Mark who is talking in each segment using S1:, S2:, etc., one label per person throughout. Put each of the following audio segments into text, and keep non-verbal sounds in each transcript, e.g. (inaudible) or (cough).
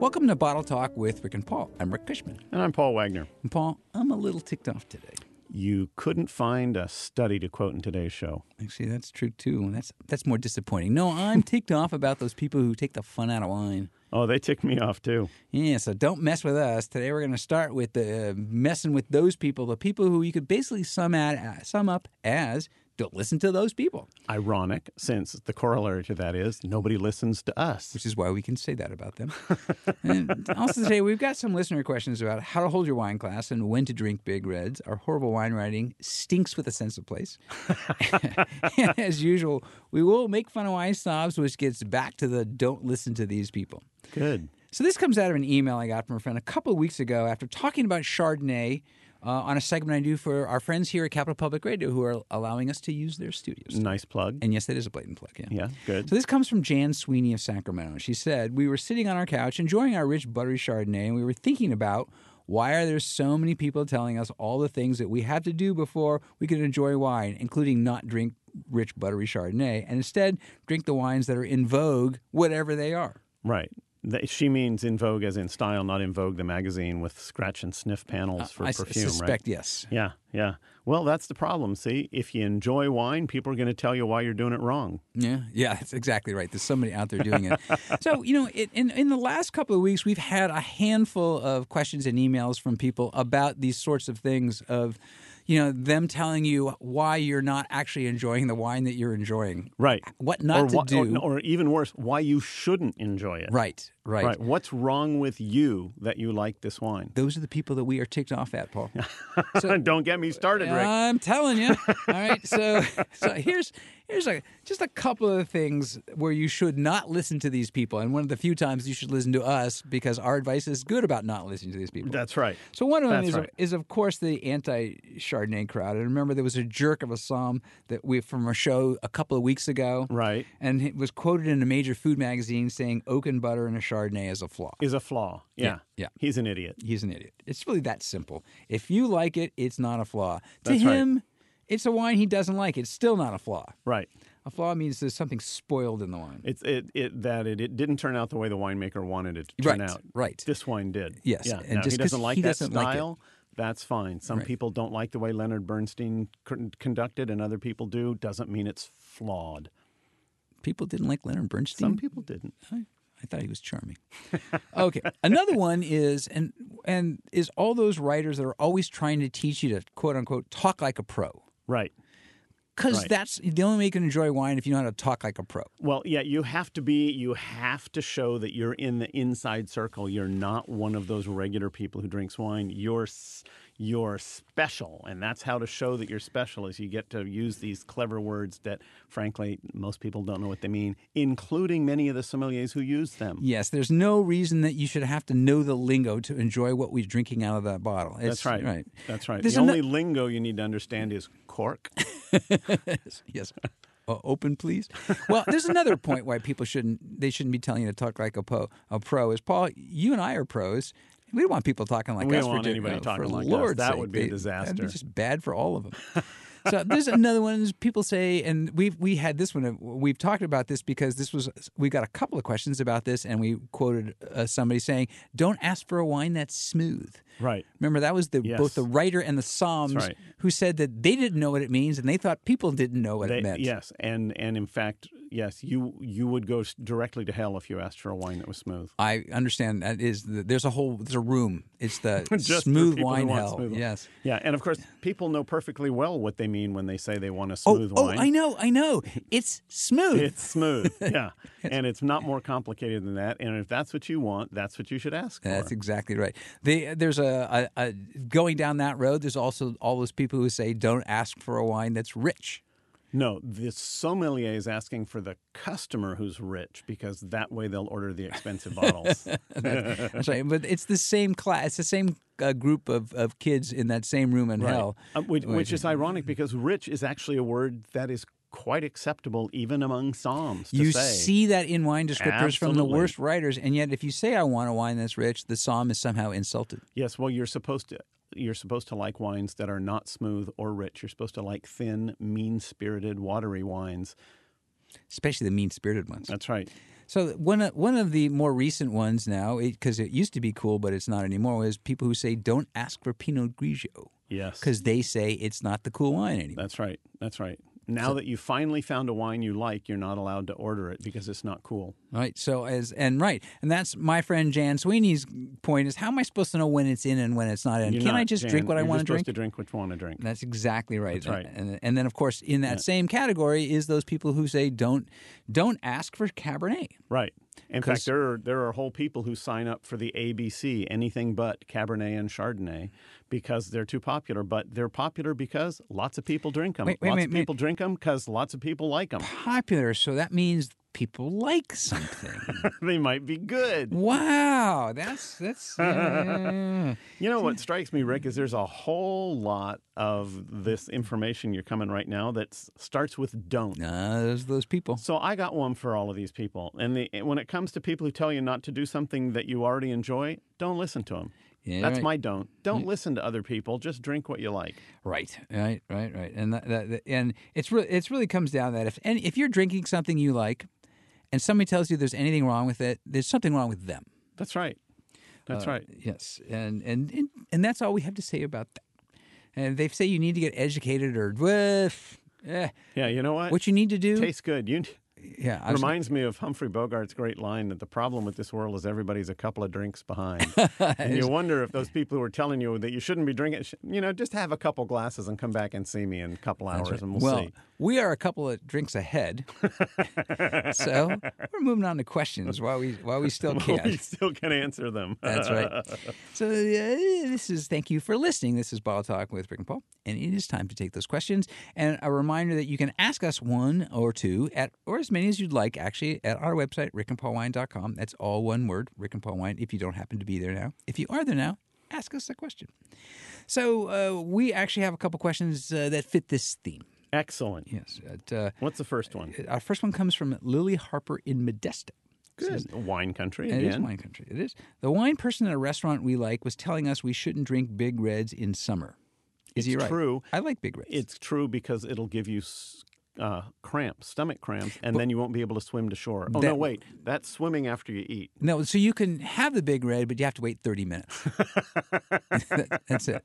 S1: Welcome to Bottle Talk with Rick and Paul. I'm Rick Cushman.
S2: And I'm Paul Wagner.
S1: And Paul, I'm a little ticked off today.
S2: You couldn't find a study to quote in today's show.
S1: Actually, that's true too, and that's that's more disappointing. (laughs) No, I'm ticked off about those people who take the fun out of wine.
S2: Oh, they ticked me off too.
S1: Yeah, so don't mess with us. Today we're going to start with the uh, messing with those people, the people who you could basically sum at uh, sum up as don't listen to those people,
S2: Ironic, since the corollary to that is nobody listens to us.
S1: which is why we can say that about them. and also today we've got some listener questions about how to hold your wine glass and when to drink big reds. Our horrible wine writing stinks with a sense of place. (laughs) and as usual, we will make fun of wine snobs, which gets back to the don't listen to these people.
S2: Good.
S1: So this comes out of an email I got from a friend a couple of weeks ago after talking about Chardonnay uh, on a segment I do for our friends here at Capital Public Radio who are allowing us to use their studios.
S2: Nice plug.
S1: And yes, that is a blatant plug. Yeah.
S2: Yeah, good.
S1: So this comes from Jan Sweeney of Sacramento. She said, "We were sitting on our couch enjoying our rich buttery Chardonnay, and we were thinking about." Why are there so many people telling us all the things that we have to do before we can enjoy wine, including not drink rich buttery Chardonnay and instead drink the wines that are in vogue, whatever they are?
S2: Right. Th- She means in vogue as in style, not in vogue the magazine with scratch and sniff panels for
S1: Uh, I s-
S2: perfume,
S1: suspect
S2: right?
S1: yes.
S2: Yeah, yeah. Well, that's the problem. See, if you enjoy wine, people are going to tell you why you're doing it wrong.
S1: Yeah, yeah, that's exactly right. There's somebody out there doing it. (laughs) so you know, it, in in the last couple of weeks, we've had a handful of questions and emails from people about these sorts of things. Of you know, them telling you why you're not actually enjoying the wine that you're enjoying.
S2: Right.
S1: What not
S2: or
S1: to
S2: why-
S1: do.
S2: Or, or even worse, why you shouldn't enjoy it.
S1: Right, right,
S2: Right. What's wrong with you that you like this wine?
S1: Those are the people that we are ticked off at, Paul.
S2: Don't get me started, Rick.
S1: I'm telling you. All right, so (laughs) so here's here's a just a couple of things where you should not listen to these people, and one of the few times you should listen to us because our advice is good about not listening to these people.
S2: That's right.
S1: so one of them
S2: that's
S1: is,
S2: right.
S1: is of course the anti-Chardonnay crowd. And remember, there was a jerk of a psalm that we from a show a couple of weeks ago,
S2: Right.
S1: And it was quoted in a major food magazine saying oak and butter in a Chardonnay is a flaw.
S2: Is a flaw. Yeah.
S1: yeah.
S2: He's an idiot.
S1: he's an idiot. It's really that simple. If you like it, it's not a flaw. To
S2: That's right.
S1: him, it's a wine he doesn't like. It's still not a flaw.
S2: Right.
S1: A flaw means there's something spoiled in the wine.
S2: It's it, it that it, it didn't turn out the way the winemaker wanted it to turn
S1: Right,
S2: out.
S1: right.
S2: This wine did.
S1: Yes,
S2: Yeah.
S1: and
S2: now,
S1: just
S2: he
S1: 'cause
S2: doesn't like
S1: he
S2: that
S1: doesn't like it.
S2: style. that's fine. Some people don't like the way Leonard Bernstein con- conducted, and other people do. Doesn't mean it's flawed.
S1: People didn't like Leonard Bernstein.
S2: Some people didn't.
S1: I, I thought he was charming. (laughs) okay, another one is and and is all those writers that are always trying to teach you to quote unquote talk like a pro
S2: Right.
S1: because
S2: Right.
S1: that's the only way you can enjoy wine if you know how to talk like a pro.
S2: Well, yeah, you have to be, you have to show that you're in the inside circle. You're not one of those regular people who drinks wine. You're, s- you're special. And that's how to show that you're special is you get to use these clever words that, frankly, most people don't know what they mean, including many of the sommeliers who use them.
S1: Yes, there's no reason that you should have to know the lingo to enjoy what we're drinking out of that bottle. It's-
S2: That's right.
S1: Right.
S2: That's right.
S1: There's
S2: the
S1: ano-
S2: only lingo you need to understand is cork.
S1: yes. (laughs) Uh, open, please. Well, there's another point why people shouldn't they shouldn't be telling you to talk like a, po- a pro. Is Paul? You and I are pros. We don't want people talking like
S2: We
S1: us.
S2: don't
S1: for
S2: want
S1: di-
S2: anybody
S1: uh,
S2: talking
S1: for
S2: like us.
S1: Lord's
S2: That
S1: sake.
S2: would be a
S1: They- That'd be
S2: disaster.
S1: just bad for all of them.
S2: (laughs)
S1: so there's another one. is People say, and we've we had this one. uh, We've talked about this because this was we got a couple of questions about this, and we quoted uh, somebody saying, "Don't ask for a wine that's smooth."
S2: Right.
S1: Remember that was the
S2: Yes.
S1: both the writer and the Psalms
S2: right.
S1: who said that they didn't know what it means and they thought people didn't know what it
S2: They-
S1: meant.
S2: yes, and and in fact, yes, you you would go s- directly to hell if you asked for a wine that was smooth.
S1: I understand that is the, there's a whole there's a room. It's the
S2: (laughs) Just for
S1: smooth
S2: people who
S1: wine
S2: want
S1: hell.
S2: smooth wine.
S1: yes.
S2: Yeah, and of course, people know perfectly well what they mean when they say they want a smooth
S1: oh,
S2: wine.
S1: I know, I know. It's smooth.
S2: It's
S1: (laughs)
S2: smooth, yeah, and it's not more complicated than that. And if that's what you want, that's what you should ask for.
S1: That's e exactly right. They, there's a, a, a going down that road. There's also all those people who say don't ask for a wine that's
S2: (laughs)
S1: rich.
S2: no, the sommelier is asking for the customer who's rich because that way they'll order the
S1: (laughs)
S2: expensive bottles.
S1: That's right. But it's the same class. It's the same uh, group of, of kids in that same room in hell.
S2: Uh, Um, which, which is ironic because rich is actually a word that is quite acceptable even among psalms to
S1: You
S2: say.
S1: see that in wine descriptors from the
S2: Absolutely.
S1: worst writers, and yet if you say I want a wine that's rich, the psalm is somehow insulted.
S2: Yes, well, you're supposed to you're supposed to like wines that are not smooth or rich. You're supposed to like thin, mean-spirited, watery wines.
S1: especially the mean spirited ones.
S2: That's right.
S1: So one of, one of the more recent ones now, because it, used to be cool, but it's not anymore, is people who say don't ask for Pinot Grigio
S2: Yes.
S1: because they say it's not the cool wine anymore.
S2: That's right. That's right. Now that you finally found a wine you like, you're not allowed to order it because it's not cool.
S1: Right. So as and right, and that's my friend Jan Sweeney's point is how am I supposed to know when it's in and when it's not in?
S2: You're
S1: Can I
S2: not,
S1: just
S2: Jan.
S1: drink what I
S2: You're
S1: want to
S2: just
S1: drink?
S2: Supposed to drink what you want to drink.
S1: That's exactly right.
S2: That's right.
S1: And, and then of course in that same category is those people who say don't don't ask for Cabernet.
S2: Right. In
S1: 'Cause-
S2: fact, there are there are whole people who sign up for the ABC, anything but Cabernet and Chardonnay, because they're too popular. But they're popular because lots of people drink them.
S1: Wait, wait,
S2: lots
S1: wait,
S2: of
S1: wait.
S2: people drink 'em 'cause because lots of people like them.
S1: Popular, so that means people like
S2: (laughs)
S1: something.
S2: they might be good.
S1: Wow, that's that's yeah, yeah, yeah.
S2: (laughs) You know what strikes me, Rick, is there's a whole lot of this information you're coming right now that s- starts with don't.
S1: Nah, Uh, those those people.
S2: So I got one for all of these people. And the, when it comes to people who tell you not to do something that you already enjoy, don't listen to them.
S1: Yeah,
S2: That's
S1: right. Mm.
S2: my don't. Don't listen to other people. Just drink what you like.
S1: right, right, right, right. And that, that, that- and it's really it's really comes down to that if and if you're drinking something you like, and somebody tells you there's anything wrong with it, there's something wrong with them.
S2: That's right. That's
S1: Uh,
S2: right.
S1: Yes, and and and, and that's all we have to say about that. And they say you need to get educated or eh, eh.
S2: Yeah, you know what?
S1: what you need to do.
S2: tastes good. You
S1: yeah, I was-
S2: reminds me of Humphrey Bogart's great line that the problem with this world is everybody's a couple of drinks
S1: (laughs)
S2: behind. and you wonder if those people who are telling you that you shouldn't be drinking, sh- you know, just have a couple glasses and come back and see me in a couple hours and we'll,
S1: well,
S2: see.
S1: we are a couple of drinks ahead,
S2: (laughs)
S1: so we're moving on to questions while we while we still
S2: Well, (laughs) we
S1: can.
S2: still can answer them.
S1: That's right. (laughs) So uh, this is thank you for listening. This is Bottle Talk with Rick and Paul, and it is time to take those questions. And a reminder that you can ask us one or two at or as many as you'd like actually at our website rickandpaulwine.com. That's all one word, Rick and Paul Wine. If you don't happen to be there now, if you are there now, ask us a question. So uh, we actually have a couple questions uh, that fit this theme.
S2: (laughs) Excellent.
S1: Yes. At, uh,
S2: What's the first one?
S1: our first one comes from Lily Harper in Modesto.
S2: Good. Wine country
S1: It is
S2: again.
S1: wine country. It is. The wine person at a restaurant we like was telling us we shouldn't drink big reds in summer. Is he right?
S2: True.
S1: I like big reds.
S2: It's true because it'll give you s- uh, cramps, stomach cramps, and then you won't be able to swim to shore. Oh, no,
S1: That-
S2: wait. That's swimming after you eat.
S1: no, so you can have the big red, but you have to wait 30
S2: (laughs)
S1: minutes. (laughs) That- that's it.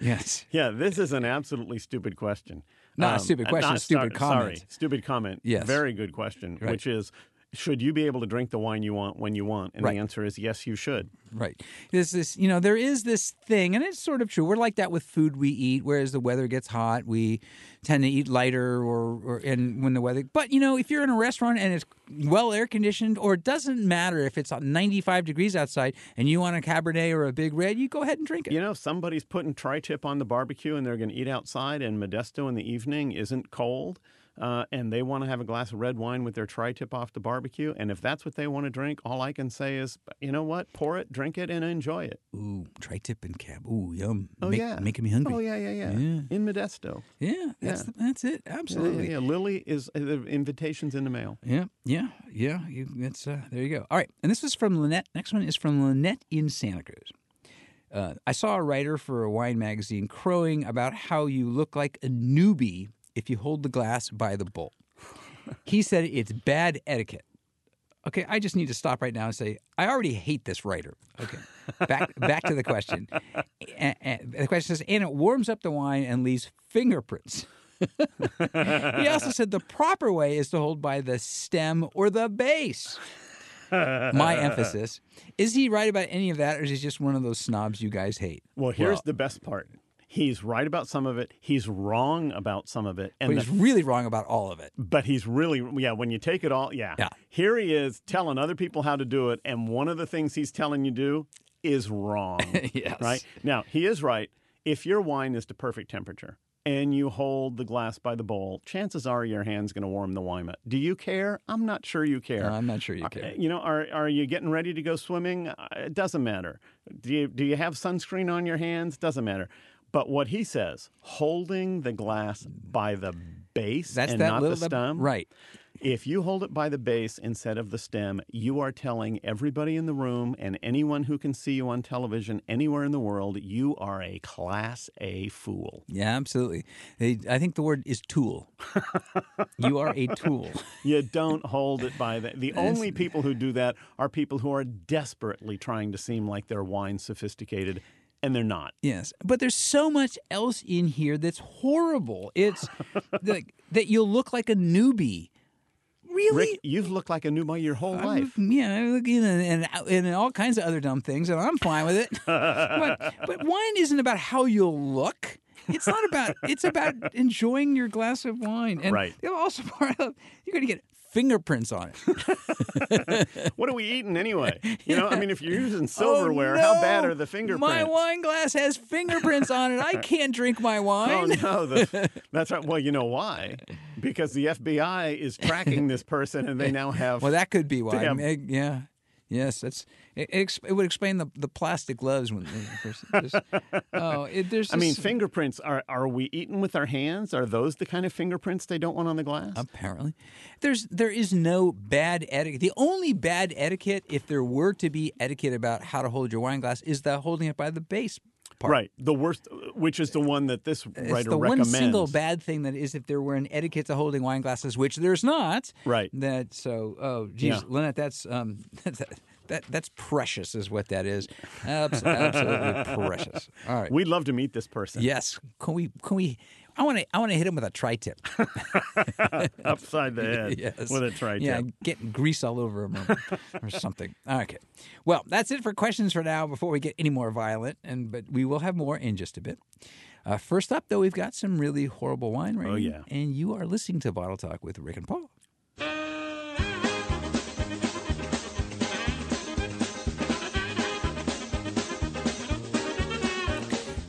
S1: Yes.
S2: Yeah, this is an absolutely stupid question. Um, uh,
S1: Not a stupid question,
S2: not-
S1: stupid
S2: sorry,
S1: comment.
S2: Sorry, stupid comment.
S1: Yes.
S2: Very good question,
S1: Right.
S2: which is should you be able to drink the wine you want when you want? And
S1: Right.
S2: the answer is yes, you should.
S1: Right. There's this, you know, there is this thing, and it's sort of true. We're like that with food we eat. Whereas the weather gets hot, we tend to eat lighter, or, or and when the weather. But you know, if you're in a restaurant and it's well air conditioned, or it doesn't matter if it's 95 degrees outside, and you want a Cabernet or a Big Red, you go ahead and drink it.
S2: You know, somebody's putting tri tip on the barbecue and they're going to eat outside, and Modesto in the evening isn't cold. Uh, and they want to have a glass of red wine with their tri tip off the barbecue. And if that's what they want to drink, all I can say is, you know what? Pour it, drink it, and enjoy it.
S1: Ooh, tri-tip and cab. Ooh, yum.
S2: Oh,
S1: Make-
S2: yeah.
S1: making me hungry.
S2: Oh, yeah, yeah, yeah. In Modesto.
S1: Yeah, that's The, that's it. Absolutely.
S2: Yeah, Lily is uh, the invitation's in the mail.
S1: Yeah, yeah, yeah. You, that's uh, there you go. All right, and this is from Lynette. Next one is from Lynette in Santa Cruz. Uh, I saw a writer for a wine magazine crowing about how you look like a newbie if you hold the glass by the bowl. He said it's bad etiquette. Okay, I just need to stop right now and say I already hate this writer. Okay, back back to the question. (laughs) A- a- the question says, and it warms up the wine and leaves fingerprints. he also said the proper way is to hold by the stem or the base. My emphasis is he right about any of that, or is he just one of those snobs you guys hate?
S2: Well, here's the best part. He's right about some of it. He's wrong about some of it. And
S1: But
S2: the-
S1: he's really wrong about all of it.
S2: but he's really yeah. When you take it all, yeah.
S1: Yeah.
S2: Here he is telling other people how to do it, and one of the things he's telling you do is wrong.
S1: (laughs) Yes.
S2: Right now, he is right. If your wine is to perfect temperature and you hold the glass by the bowl, chances are your hand's going to warm the wine up. Do you care? I'm not sure you care.
S1: I'm not sure you care.
S2: Uh, You know, are are you getting ready to go swimming? Uh, It doesn't matter. Do you do you have sunscreen on your hands? Doesn't matter. But what he says, holding the glass by the base
S1: That's
S2: and
S1: that
S2: not
S1: little
S2: the
S1: that-
S2: stem.
S1: right.
S2: If you hold it by the base instead of the stem, you are telling everybody in the room and anyone who can see you on television anywhere in the world, you are a class A fool.
S1: Yeah, absolutely. They, I think the word is
S2: (laughs)
S1: tool. you are a tool.
S2: You don't hold it by the. The only people who do that are people who are desperately trying to seem like they're wine sophisticated, and they're not.
S1: Yes, but there's so much else in here that's horrible. It's like that you'll look like a newbie. Really?
S2: Rick, you've looked like a newbie your whole
S1: (laughs)
S2: life.
S1: Mm-hmm. Yeah, I look in and, and, and all kinds of other dumb things, and I'm fine with
S2: (laughs)
S1: it. but, but wine isn't about how you'll look. It's not about. It's about enjoying your glass of wine. And
S2: Right.
S1: the Also, part of you're going to get fingerprints on it.
S2: What are we eating anyway? You know, I mean, if you're using
S1: (laughs)
S2: silverware,
S1: Oh,
S2: how
S1: no!
S2: bad are the fingerprints?
S1: My wine glass has fingerprints on it. I can't drink my
S2: (laughs) Oh
S1: wine.
S2: no, the,
S1: (laughs)
S2: that's right. Well, you know why? Because the FBI is tracking this person, and they now have.
S1: Well, that could be why.
S2: Damn.
S1: Eh, yeah. Yes, that's it, it. ex- It would explain the the plastic gloves when. there's-
S2: (laughs)
S1: there's- oh, it, there's.
S2: I mean,
S1: just-
S2: fingerprints are are we eating with our hands? Are those the kind of fingerprints they don't want on the glass?
S1: apparently, there's there is no bad etiquette. The only bad etiquette, if there were to be etiquette about how to hold your wine glass, is the holding it by the base part.
S2: Right, the worst, which is the one that this
S1: It's
S2: writer
S1: the
S2: recommends.
S1: one single bad thing that is if there were an etiquette to holding wine glasses, which there's not.
S2: Right.
S1: That so oh geez,
S2: Yeah.
S1: Lynette, that's um (laughs) that, that that's precious is what that is. Abs-
S2: (laughs)
S1: absolutely precious. All right.
S2: We'd love to meet this person
S1: yes. Can we can we I want to I want to hit him with a tri-tip.
S2: upside
S1: (laughs)
S2: the head
S1: yes.
S2: with a tri-tip.
S1: Yeah, get grease all over him or, or something. Okay. Well, that's it for questions for now before we get any more violent and but we will have more in just a bit. Uh, first up though, we've got some really horrible wine rating.
S2: Oh, yeah.
S1: And you are listening to Bottle Talk with Rick and Paul.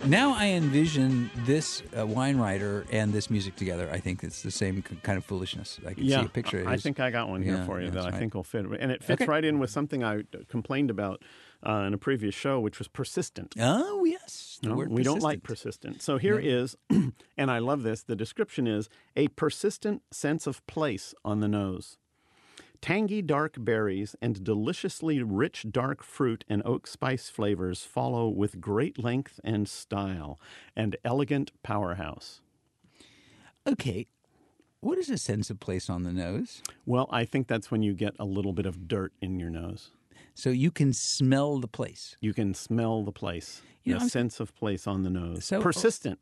S1: Now I envision this uh, wine writer and this music together. I think it's the same k- kind of foolishness. I can see a picture. of
S2: I
S1: his-
S2: think I got one here
S1: Yeah,
S2: for you
S1: yeah,
S2: that
S1: that's
S2: I
S1: right.
S2: think will fit, and it fits
S1: Okay.
S2: right in with something I complained about uh, in a previous show, which was persistent.
S1: Oh yes, the
S2: No,
S1: word
S2: we don't like
S1: persistent.
S2: persistent. So here is, (clears throat) and I love this. The description is a persistent sense of place on the nose. Tangy dark berries and deliciously rich dark fruit and oak spice flavors follow with great length and style, and elegant powerhouse.
S1: Okay, what is a sense of place on the nose?
S2: Well, I think that's when you get a little bit of dirt in your nose.
S1: So you can smell the place.
S2: You can smell the place,
S1: You know,
S2: the
S1: I'm-
S2: sense of place on the nose.
S1: So-
S2: persistent,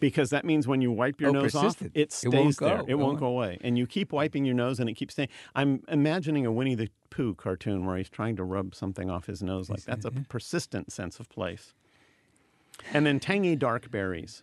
S2: because that means when you wipe your
S1: Oh,
S2: nose
S1: persistent.
S2: off, it
S1: It
S2: stays
S1: won't
S2: there.
S1: go.
S2: It won't go away, and you keep wiping your nose, and it keeps staying. I'm imagining a Winnie the Pooh cartoon where he's trying to rub something off his nose. Like that's a persistent sense of place. And then tangy dark berries,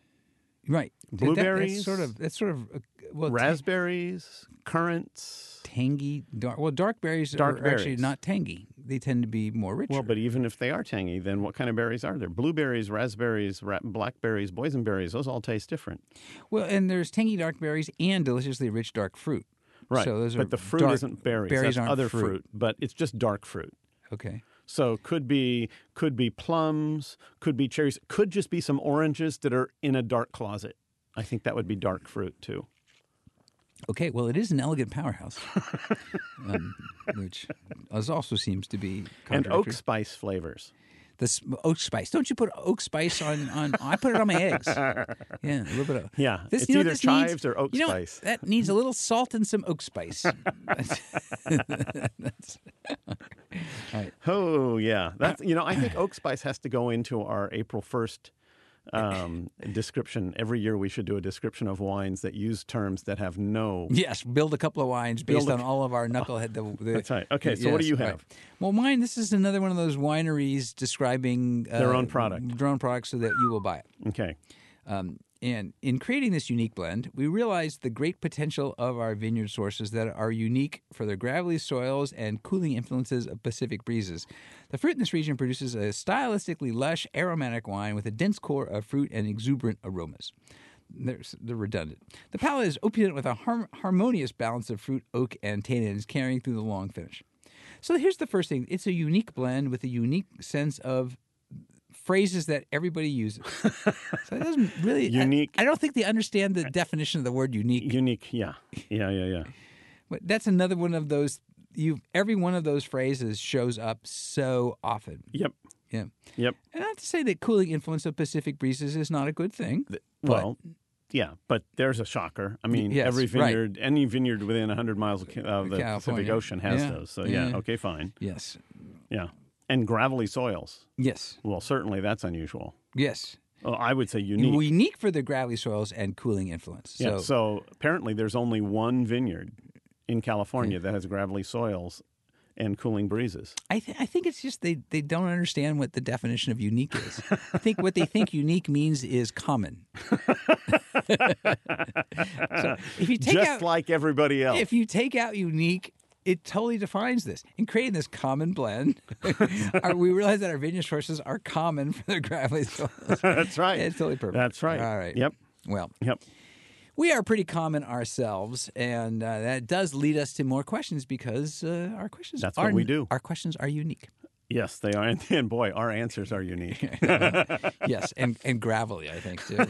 S1: Right, That- that-
S2: Blueberries?
S1: that's sort of that's sort of uh, well ta-
S2: raspberries, currants.
S1: tangy. Dark, well, dark berries
S2: Dark
S1: are actually
S2: berries.
S1: not tangy. They tend to be more rich.
S2: Well, but even if they are tangy, then what kind of berries are there? Blueberries, raspberries, ra- blackberries, boysenberries. Those all taste different.
S1: Well, and there's tangy dark berries and deliciously rich dark fruit.
S2: Right.
S1: So those are
S2: but the fruit
S1: dark-
S2: isn't berries.
S1: Berries
S2: That's
S1: aren't
S2: other
S1: fruit.
S2: but it's just dark fruit.
S1: Okay.
S2: So could be could be plums, could be cherries, could just be some oranges that are in a dark closet. I think that would be dark fruit too.
S1: Okay. Well, it is an elegant
S2: (laughs)
S1: powerhouse, um, which is also seems to be
S2: And oak
S1: contradictory.
S2: spice flavors.
S1: The s- oak spice. Don't you put oak spice on? on I put it on my
S2: (laughs)
S1: eggs. Yeah, a little bit of.
S2: Yeah, it's
S1: you know what
S2: either
S1: this
S2: chives
S1: needs?
S2: or oak
S1: you know, what?
S2: spice.
S1: That needs a little salt and some oak
S2: (laughs)
S1: spice. That's-
S2: Oh yeah, that's you know I
S1: (sighs)
S2: think oak spice has to go into our April first um,
S1: (coughs)
S2: description. Every year we should do a description of wines that use terms that have no
S1: yes, build a couple of wines based
S2: Build a-
S1: on all
S2: (laughs)
S1: of our knucklehead. The, the,
S2: That's right. Okay, so what do
S1: yes,
S2: you
S1: right.
S2: have?
S1: Well, mine. This is another one of those wineries describing uh,
S2: Their own product.
S1: their own product, so that you will buy it.
S2: okay.
S1: Um, and in creating this unique blend, we realized the great potential of our vineyard sources that are unique for their gravelly soils and cooling influences of Pacific breezes. The fruit in this region produces a stylistically lush, aromatic wine with a dense core of fruit and exuberant aromas. There's, they're redundant. The palate is opulent with a har- harmonious balance of fruit, oak, and tannins carrying through the long finish. So here's the first thing it's a unique blend with a unique sense of phrases that everybody
S2: (laughs)
S1: uses. so it doesn't really I-
S2: Unique.
S1: I, don't think they understand the definition of the word unique.
S2: Unique. Yeah. Yeah. Yeah. Yeah.
S1: But that's another one of those. You every one of those phrases shows up so often.
S2: Yep.
S1: Yeah.
S2: Yep.
S1: And not to say that cooling influence of Pacific breezes is not a good thing.
S2: Well, yeah, but there's a shocker. I mean,
S1: yes,
S2: every
S1: right.
S2: vineyard, any vineyard within 100 miles of Ca- of the Pacific
S1: California.
S2: Ocean has
S1: Yeah.
S2: those. So,
S1: Yeah,
S2: yeah,
S1: yeah.
S2: okay, fine.
S1: Yes.
S2: Yeah. And gravelly soils.
S1: Yes.
S2: Well, certainly that's unusual.
S1: Yes.
S2: Well, I would say unique.
S1: Unique, for the gravelly soils and cooling influence.
S2: yeah.
S1: So,
S2: So, apparently there's only one vineyard in California that has gravelly soils and cooling breezes.
S1: I, th- I think it's just they, they don't understand what the definition of unique is. I think what they think unique means is common. (laughs) so if you take
S2: Just
S1: out
S2: like everybody else. (laughs)
S1: if you take out unique, it totally defines this. In creating this common blend, (laughs) our, we realize that our vineyard sources are common for the gravelly soils.
S2: that's (laughs) right.
S1: It's totally perfect.
S2: That's right.
S1: All right.
S2: Yep.
S1: Well,
S2: Yep.
S1: we are pretty common ourselves, and uh, that does lead us to more questions because uh, our questions
S2: That's
S1: are
S2: what we do.
S1: Our questions are unique.
S2: Yes, they are. (laughs) And, and boy, our answers are unique.
S1: yes, and and gravelly, I think
S2: (laughs)
S1: too.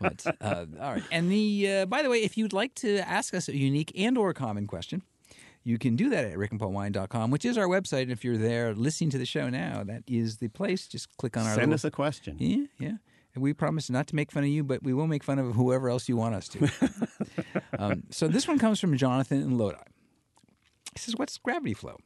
S1: But uh, all right, and the uh, by the way, if you'd like to ask us a unique and or common question, you can do that at rickandpaulwine.com, which is our website. And if you're there listening to the show now, that is the place. Just click on (laughs) our
S2: Send
S1: little,
S2: us a question.
S1: yeah, yeah. And we promise not to make fun of you, but we will make fun of whoever else you want us
S2: (laughs)
S1: to. um, so this one comes from Jonathan in Lodi. He says, What's gravity flow?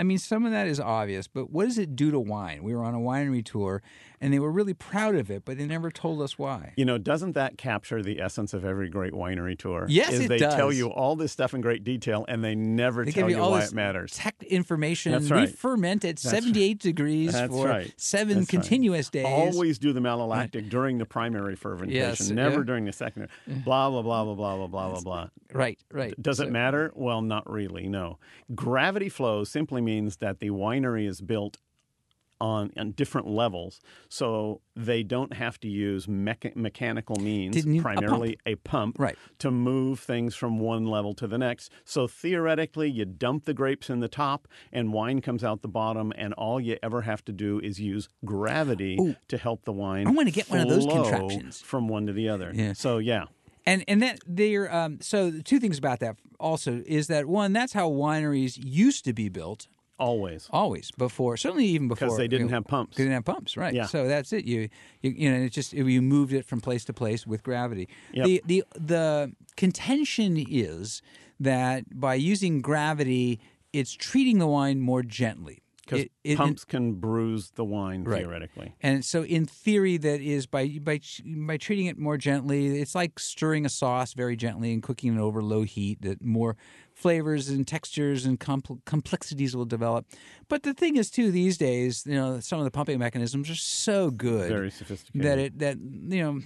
S1: I mean, some of that is obvious, but what does it do to wine? We were on a winery tour and they were really proud of it, but they never told us why.
S2: You know, doesn't that capture the essence of every great winery tour?
S1: Yes,
S2: is
S1: it
S2: they tell
S1: does.
S2: you all this stuff in great detail, and they never
S1: They
S2: tell
S1: give you
S2: you
S1: all
S2: why
S1: this
S2: it matters.
S1: tech information.
S2: That's
S1: We
S2: right.
S1: ferment at 78 degrees
S2: That's
S1: for
S2: right.
S1: seven
S2: That's right.
S1: continuous days.
S2: Always do the malolactic during the primary fermentation,
S1: Yes,
S2: never
S1: yeah. Mm.
S2: during the secondary. Blah blah blah blah blah blah blah blah blah.
S1: Right, right.
S2: Does
S1: So-
S2: it matter? Well, not really. No, gravity flow simply means that the winery is built on, on different levels, so they don't have to use mecha- mechanical means,
S1: Didn't you- a pump.
S2: primarily a pump,
S1: Right.
S2: to move things from one level to the next. So theoretically, you dump the grapes in the top, and wine comes out the bottom, and all you ever have to do is use gravity to help the wine.
S1: I wanna get one of those
S2: flow
S1: contraptions.
S2: from one to the other.
S1: Yeah.
S2: So yeah,
S1: And and that there um so the two things about that also is that one that's how wineries used to be built
S2: always
S1: always before certainly even before
S2: because they didn't
S1: you know,
S2: have pumps.
S1: they didn't have pumps right
S2: Yeah.
S1: so that's it you you, you know it's just you moved it from place to place with gravity
S2: Yep.
S1: the the the contention is that by using gravity it's treating the wine more gently
S2: because
S1: It- it-
S2: pumps can bruise the wine
S1: Right.
S2: theoretically.
S1: and so, in theory, that is by by by treating it more gently. It's like stirring a sauce very gently and cooking it over low heat. That more flavors and textures and compl- complexities will develop. But the thing is, too, these days, you know, some of the pumping mechanisms are so good
S2: Very sophisticated.
S1: that it that you know,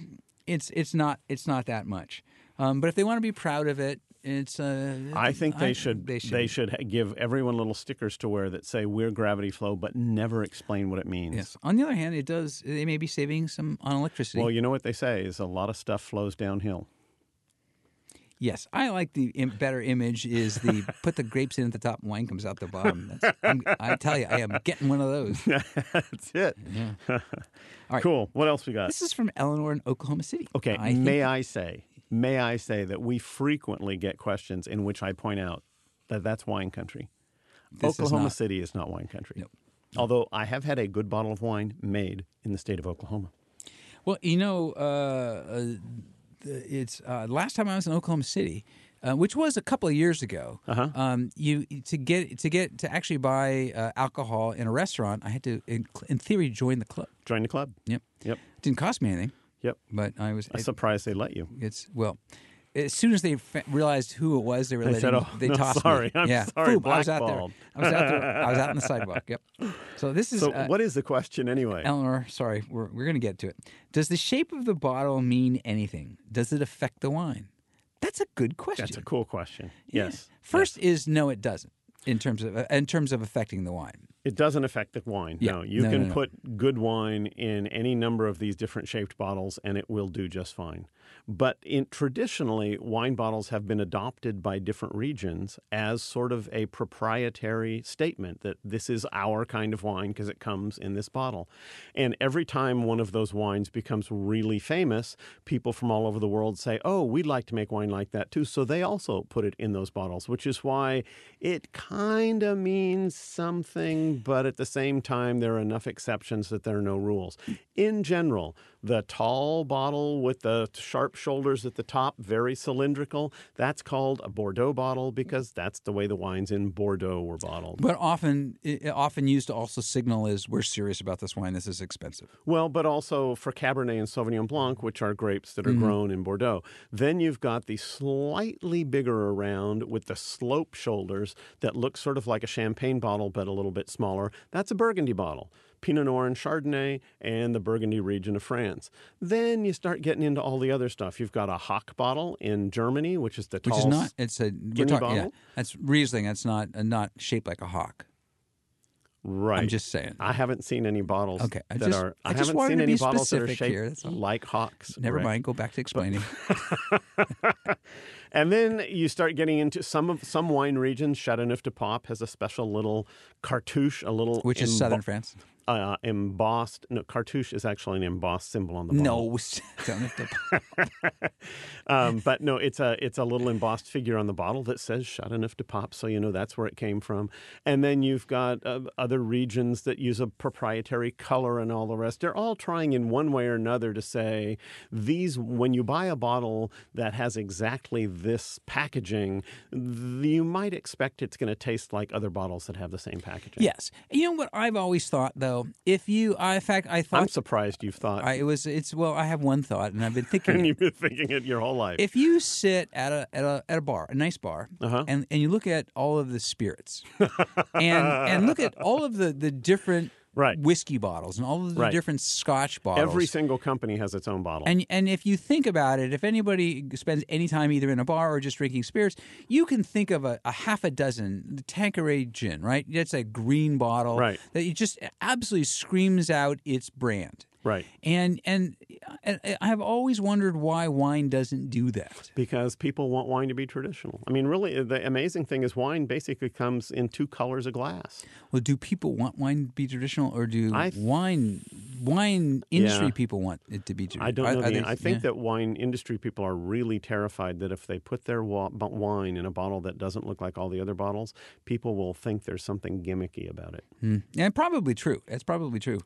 S1: it's it's not it's not that much. Um, but if they want to be proud of it, it's. Uh,
S2: I think they should,
S1: They should.
S2: they should ha- give everyone little stickers to wear that say we're gravity flow, but never explain what it means.
S1: Yes. On the other hand, it does. They may be saving some on electricity.
S2: Well, you know what they say is a lot of stuff flows downhill.
S1: Yes, I like the Im- better image is
S2: (laughs)
S1: the put the grapes in at the top, and wine comes out the bottom. That's, I'm, I tell you, I am getting one of those.
S2: That's it. (laughs)
S1: right.
S2: Cool. What else we got?
S1: This is from Eleanor in Oklahoma City.
S2: Okay,
S1: I think-
S2: may I say, may I say that we frequently get questions in which I point out that that's wine country.
S1: This is
S2: Oklahoma
S1: not-
S2: City is not wine country. Although I have had a good bottle of wine made in the state of Oklahoma.
S1: well, you know, uh, uh, the- it's uh, last time I was in Oklahoma City, uh, which was a couple of years ago. Uh-huh. Um, you to get to get to actually buy uh, alcohol in a restaurant, I had to, in, in theory, join the club.
S2: Join the club.
S1: Yep,
S2: Yep.
S1: didn't cost me anything,
S2: Yep.
S1: but I was
S2: I'm surprised they let you.
S1: It's well, as soon as they fa- realized who it was, they were
S2: They
S1: letting.
S2: said, "Oh,
S1: they
S2: no,
S1: tossed
S2: sorry,
S1: me.
S2: (laughs) I'm
S1: yeah.
S2: sorry,
S1: Boop, I was out there.
S2: blackballed.
S1: I was out
S2: (laughs)
S1: there. I was out on the sidewalk. Yep. So this is
S2: So,
S1: uh,
S2: what is the question anyway?
S1: Eleanor. Sorry, we're we're gonna get to it. Does the shape of the bottle mean anything? Does it affect the wine? That's a good question.
S2: That's a cool question. Yes.
S1: First is no, it doesn't. In terms of uh, in terms of affecting the wine.
S2: It doesn't affect the wine.
S1: Yeah.
S2: No, you
S1: No,
S2: can
S1: no, no.
S2: put good wine in any number of these different shaped bottles and it will do just fine. But in, traditionally, wine bottles have been adopted by different regions as sort of a proprietary statement that this is our kind of wine because it comes in this bottle. And every time one of those wines becomes really famous, people from all over the world say, oh, we'd like to make wine like that too. So they also put it in those bottles, which is why it kind of means something, but at the same time, there are enough exceptions that there are no rules. In general, the tall bottle with the sharp shoulders at the top, very cylindrical, that's called a Bordeaux bottle because that's the way the wines in Bordeaux were bottled.
S1: But often, it, often used to also signal is we're serious about this wine. This is expensive.
S2: Well, but also for Cabernet and Sauvignon Blanc, which are grapes that are
S1: Mm-hmm.
S2: grown in Bordeaux. Then you've got the slightly bigger around with the slope shoulders that look sort of like a champagne bottle, but a little bit smaller. That's a Burgundy bottle. Pinot Noir and Chardonnay and the Burgundy region of France. Then you start getting into all the other stuff. You've got a Hock bottle in Germany, which is the
S1: Which
S2: tall
S1: is not. It's a we're
S2: Guinea
S1: talking. Yeah,
S2: bottle?
S1: that's Riesling. That's not uh, not shaped like a hawk.
S2: right.
S1: I'm just saying.
S2: I haven't seen any bottles
S1: Okay, I
S2: that
S1: just-
S2: are.
S1: I just
S2: haven't
S1: wanted
S2: seen
S1: to
S2: any
S1: be
S2: bottles that are
S1: specific
S2: shaped
S1: here, that's all.
S2: like hawks.
S1: Never
S2: Rick.
S1: mind. Go back to explaining.
S2: And then you start getting into some of some wine regions. Chateauneuf du Pape has a special little cartouche, a little
S1: Which is
S2: embo-
S1: southern France.
S2: uh, embossed. No, cartouche is actually an embossed symbol on the bottle.
S1: No, (laughs) southern have to-
S2: um, but no, it's a it's a little embossed figure on the bottle that says Chateauneuf du Pape, so you know that's where it came from. And then you've got uh, other regions that use a proprietary color and all the rest. They're all trying in one way or another to say these. When you buy a bottle that has exactly this packaging, th- you might expect it's going to taste like other bottles that have the same packaging.
S1: Yes. You know what I've always thought though. If you, I, in fact, I
S2: I'm
S1: thought
S2: surprised you've thought.
S1: I, it was. It's well, I have one thought, and I've been thinking. (laughs)
S2: (laughs) and
S1: it.
S2: you've been thinking it your whole life.
S1: if you sit at a at a, at a bar, a nice bar,
S2: Uh-huh.
S1: and and you look at all of the (laughs) spirits, and and look at all of the the different
S2: Right.
S1: whiskey bottles and all of the
S2: Right.
S1: different Scotch bottles.
S2: Every single company has its own bottle.
S1: and, and if you think about it, if anybody spends any time either in a bar or just drinking spirits, you can think of a, a half a dozen the Tanqueray gin, right? That's a green bottle
S2: Right.
S1: that it just absolutely screams out its brand.
S2: right.
S1: And and I- I've always wondered why wine doesn't do that.
S2: because people want wine to be traditional. I mean, really, the amazing thing is wine basically comes in two colors of glass.
S1: Well, do people want wine to be traditional, or do
S2: I th-
S1: wine wine industry
S2: Yeah.
S1: people want it to be traditional?
S2: I don't know. the,
S1: they-
S2: I think
S1: yeah.
S2: that wine industry people are really terrified that if they put their wa- bu- wine in a bottle that doesn't look like all the other bottles, people will think there's something gimmicky about it.
S1: Yeah, probably true. That's probably true,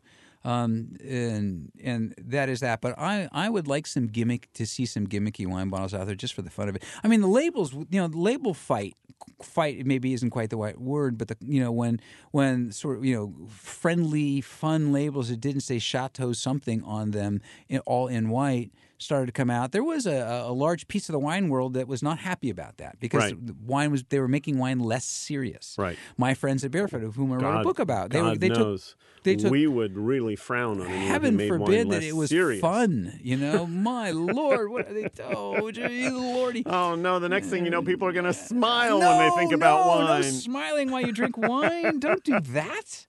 S1: um, and and that is that. But I I would like some gimmick to see some gimmicky wine bottles out there just for the fun of it. I mean, the labels, you know, the label fight fight maybe isn't quite the right word, but the you know when when sort of you know friendly fun labels that didn't say chateau something on them in, all in white started to come out there was a, a large piece of the wine world that was not happy about that because
S2: Right.
S1: the wine was they were making wine less serious
S2: Right.
S1: my friends at barefoot of whom i wrote a
S2: God-
S1: book about they, were-
S2: God
S1: they took
S2: knows.
S1: they took-
S2: we would really frown on anyone who
S1: heaven
S2: made
S1: forbid
S2: wine
S1: that
S2: less
S1: it was
S2: serious.
S1: fun. You know, my lord, what are they? Oh, gee, lordy.
S2: Oh no! The next thing you know, people are going to (laughs) smile
S1: no,
S2: when they think about
S1: no,
S2: wine.
S1: No smiling while you
S2: (laughs)
S1: drink wine. Don't do that.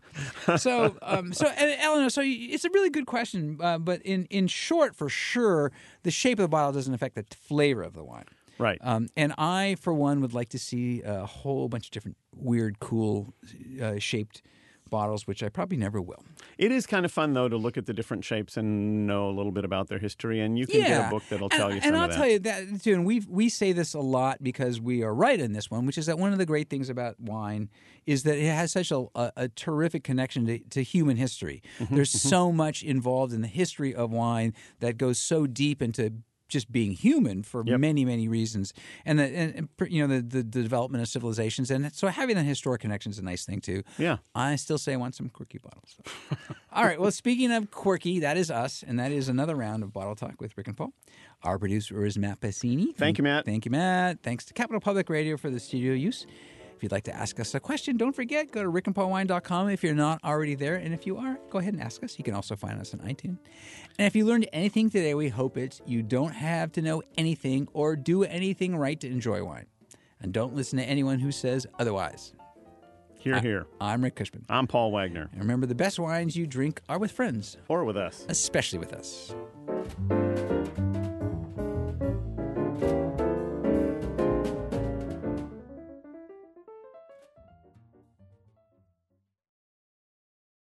S1: So, um, so and Eleanor, so you, it's a really good question. Uh, but in in short, for sure, the shape of the bottle doesn't affect the t- flavor of the wine.
S2: Right.
S1: Um, and I, for one, would like to see a whole bunch of different weird, cool uh, shaped bottles, which I probably never will.
S2: It is kind of fun though to look at the different shapes and know a little bit about their history, and you can get a book that'll
S1: and,
S2: tell you
S1: And
S2: some
S1: I'll
S2: of that.
S1: tell you that too. And we we say this a lot because we are right in this one, which is that one of the great things about wine is that it has such a, a, a terrific connection to, to human history.
S2: Mm-hmm,
S1: There's so much involved in the history of wine that goes so deep into just being human for many many reasons and, the, and, and pr- you know the, the, the development of civilizations and so having that historic connection is a nice thing too
S2: Yeah.
S1: i still say i want some quirky bottles (laughs) all right. Well, speaking of quirky, that is us, and that is another round of Bottle Talk with Rick and Paul. Our producer is Matt Passini.
S2: Thank you, Matt.
S1: Thank you, Matt. Thanks to Capital Public Radio for the studio use. If you'd like to ask us a question, don't forget, go to rickandpaulwine.com if you're not already there. And if you are, go ahead and ask us. You can also find us on iTunes. And if you learned anything today, we hope it's you don't have to know anything or do anything right to enjoy wine. And don't listen to anyone who says otherwise.
S2: Here, here.
S1: I'm Rick Cushman.
S2: I'm Paul Wagner,
S1: And remember, the best wines you drink are with friends,
S2: or with us.
S1: especially with us.